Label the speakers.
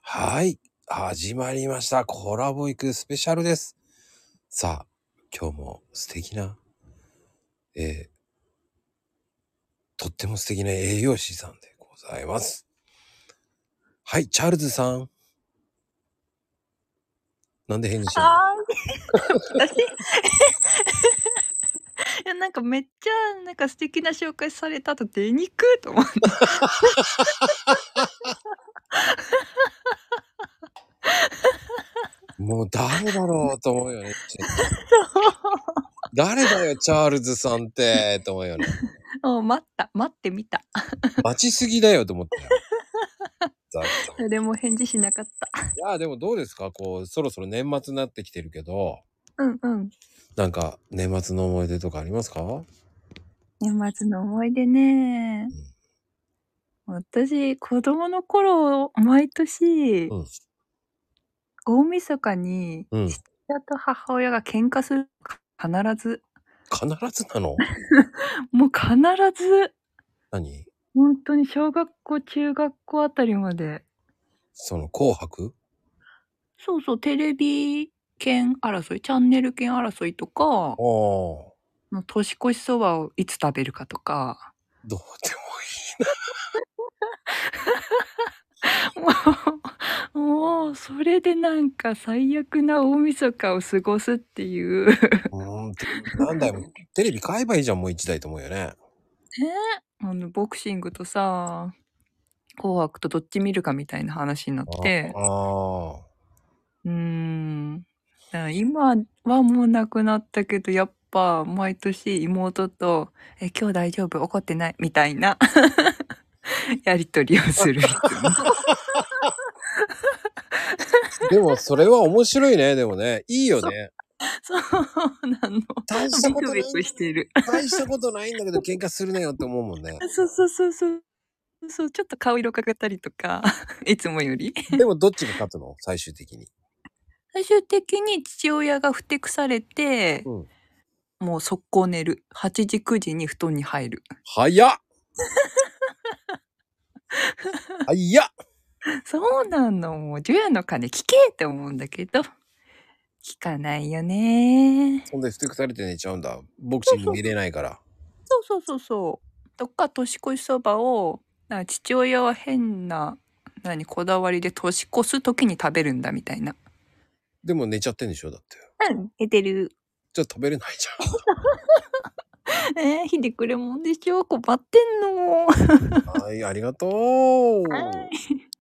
Speaker 1: はい。始まりました。コラボ行くスペシャルです。さあ、今日も素敵な、えー、とっても素敵な栄養士さんでございます。はい、チャールズさん。なんで返事しない
Speaker 2: 私 いや、なんかめっちゃ、なんか素敵な紹介されたと出にくいと思って。
Speaker 1: もう誰だろうと思うよね。誰だよ、チャールズさんって、と思うよね。
Speaker 2: もう待った、待ってみた。
Speaker 1: 待ちすぎだよと思ったよ。
Speaker 2: 誰も返事しなかった。
Speaker 1: いや、でもどうですかこう、そろそろ年末になってきてるけど。
Speaker 2: うんうん。
Speaker 1: なんか、年末の思い出とかありますか
Speaker 2: 年末の思い出ね。うん、私、子供の頃、毎年、うん大晦日に父親と母親が喧嘩する、うん、必ず
Speaker 1: 必ずな の
Speaker 2: もう必ず
Speaker 1: 何
Speaker 2: 本当に小学校中学校あたりまで
Speaker 1: その「紅白」
Speaker 2: そうそうテレビ権争いチャンネル権争いとかの年越しそばをいつ食べるかとか
Speaker 1: どうでも
Speaker 2: いいなもうもうそれでなんか最悪な大晦日を過ごすっていう
Speaker 1: うんなんだよテレビ買えばいいじゃんもう一台と思うよね
Speaker 2: えー、あのボクシングとさ「紅白」とどっち見るかみたいな話になって
Speaker 1: ああ
Speaker 2: うん今はもうなくなったけどやっぱ毎年妹と「え今日大丈夫怒ってない」みたいな やり取りをする
Speaker 1: でもそれは面白いねでもねいいよね
Speaker 2: そうなの
Speaker 1: 大したことない
Speaker 2: してる
Speaker 1: 大したことないんだけど喧嘩するなよって思うもんね
Speaker 2: そうそうそうそうそうちょっと顔色かけたりとか いつもより
Speaker 1: でもどっちが勝つの最終的に
Speaker 2: 最終的に父親がふてくされて、うん、もう速攻寝る8時9時に布団に入る
Speaker 1: 早っ早っ
Speaker 2: そうなの。もう、除夜の鐘聞けって思うんだけど、聞かないよね。
Speaker 1: そんで、ふてくされて寝ちゃうんだ。ボクシング見れないから。
Speaker 2: そうそうそうそう。とか、年越しそばを、父親は変な、何、こだわりで年越す時に食べるんだみたいな。。
Speaker 1: でも寝ちゃってんでしょだって
Speaker 2: うん、寝てる。
Speaker 1: じゃあ食べれないじ
Speaker 2: ゃん。えー、ひでくれもんでしょ困ってんの。
Speaker 1: はい、ありがとう。
Speaker 2: はい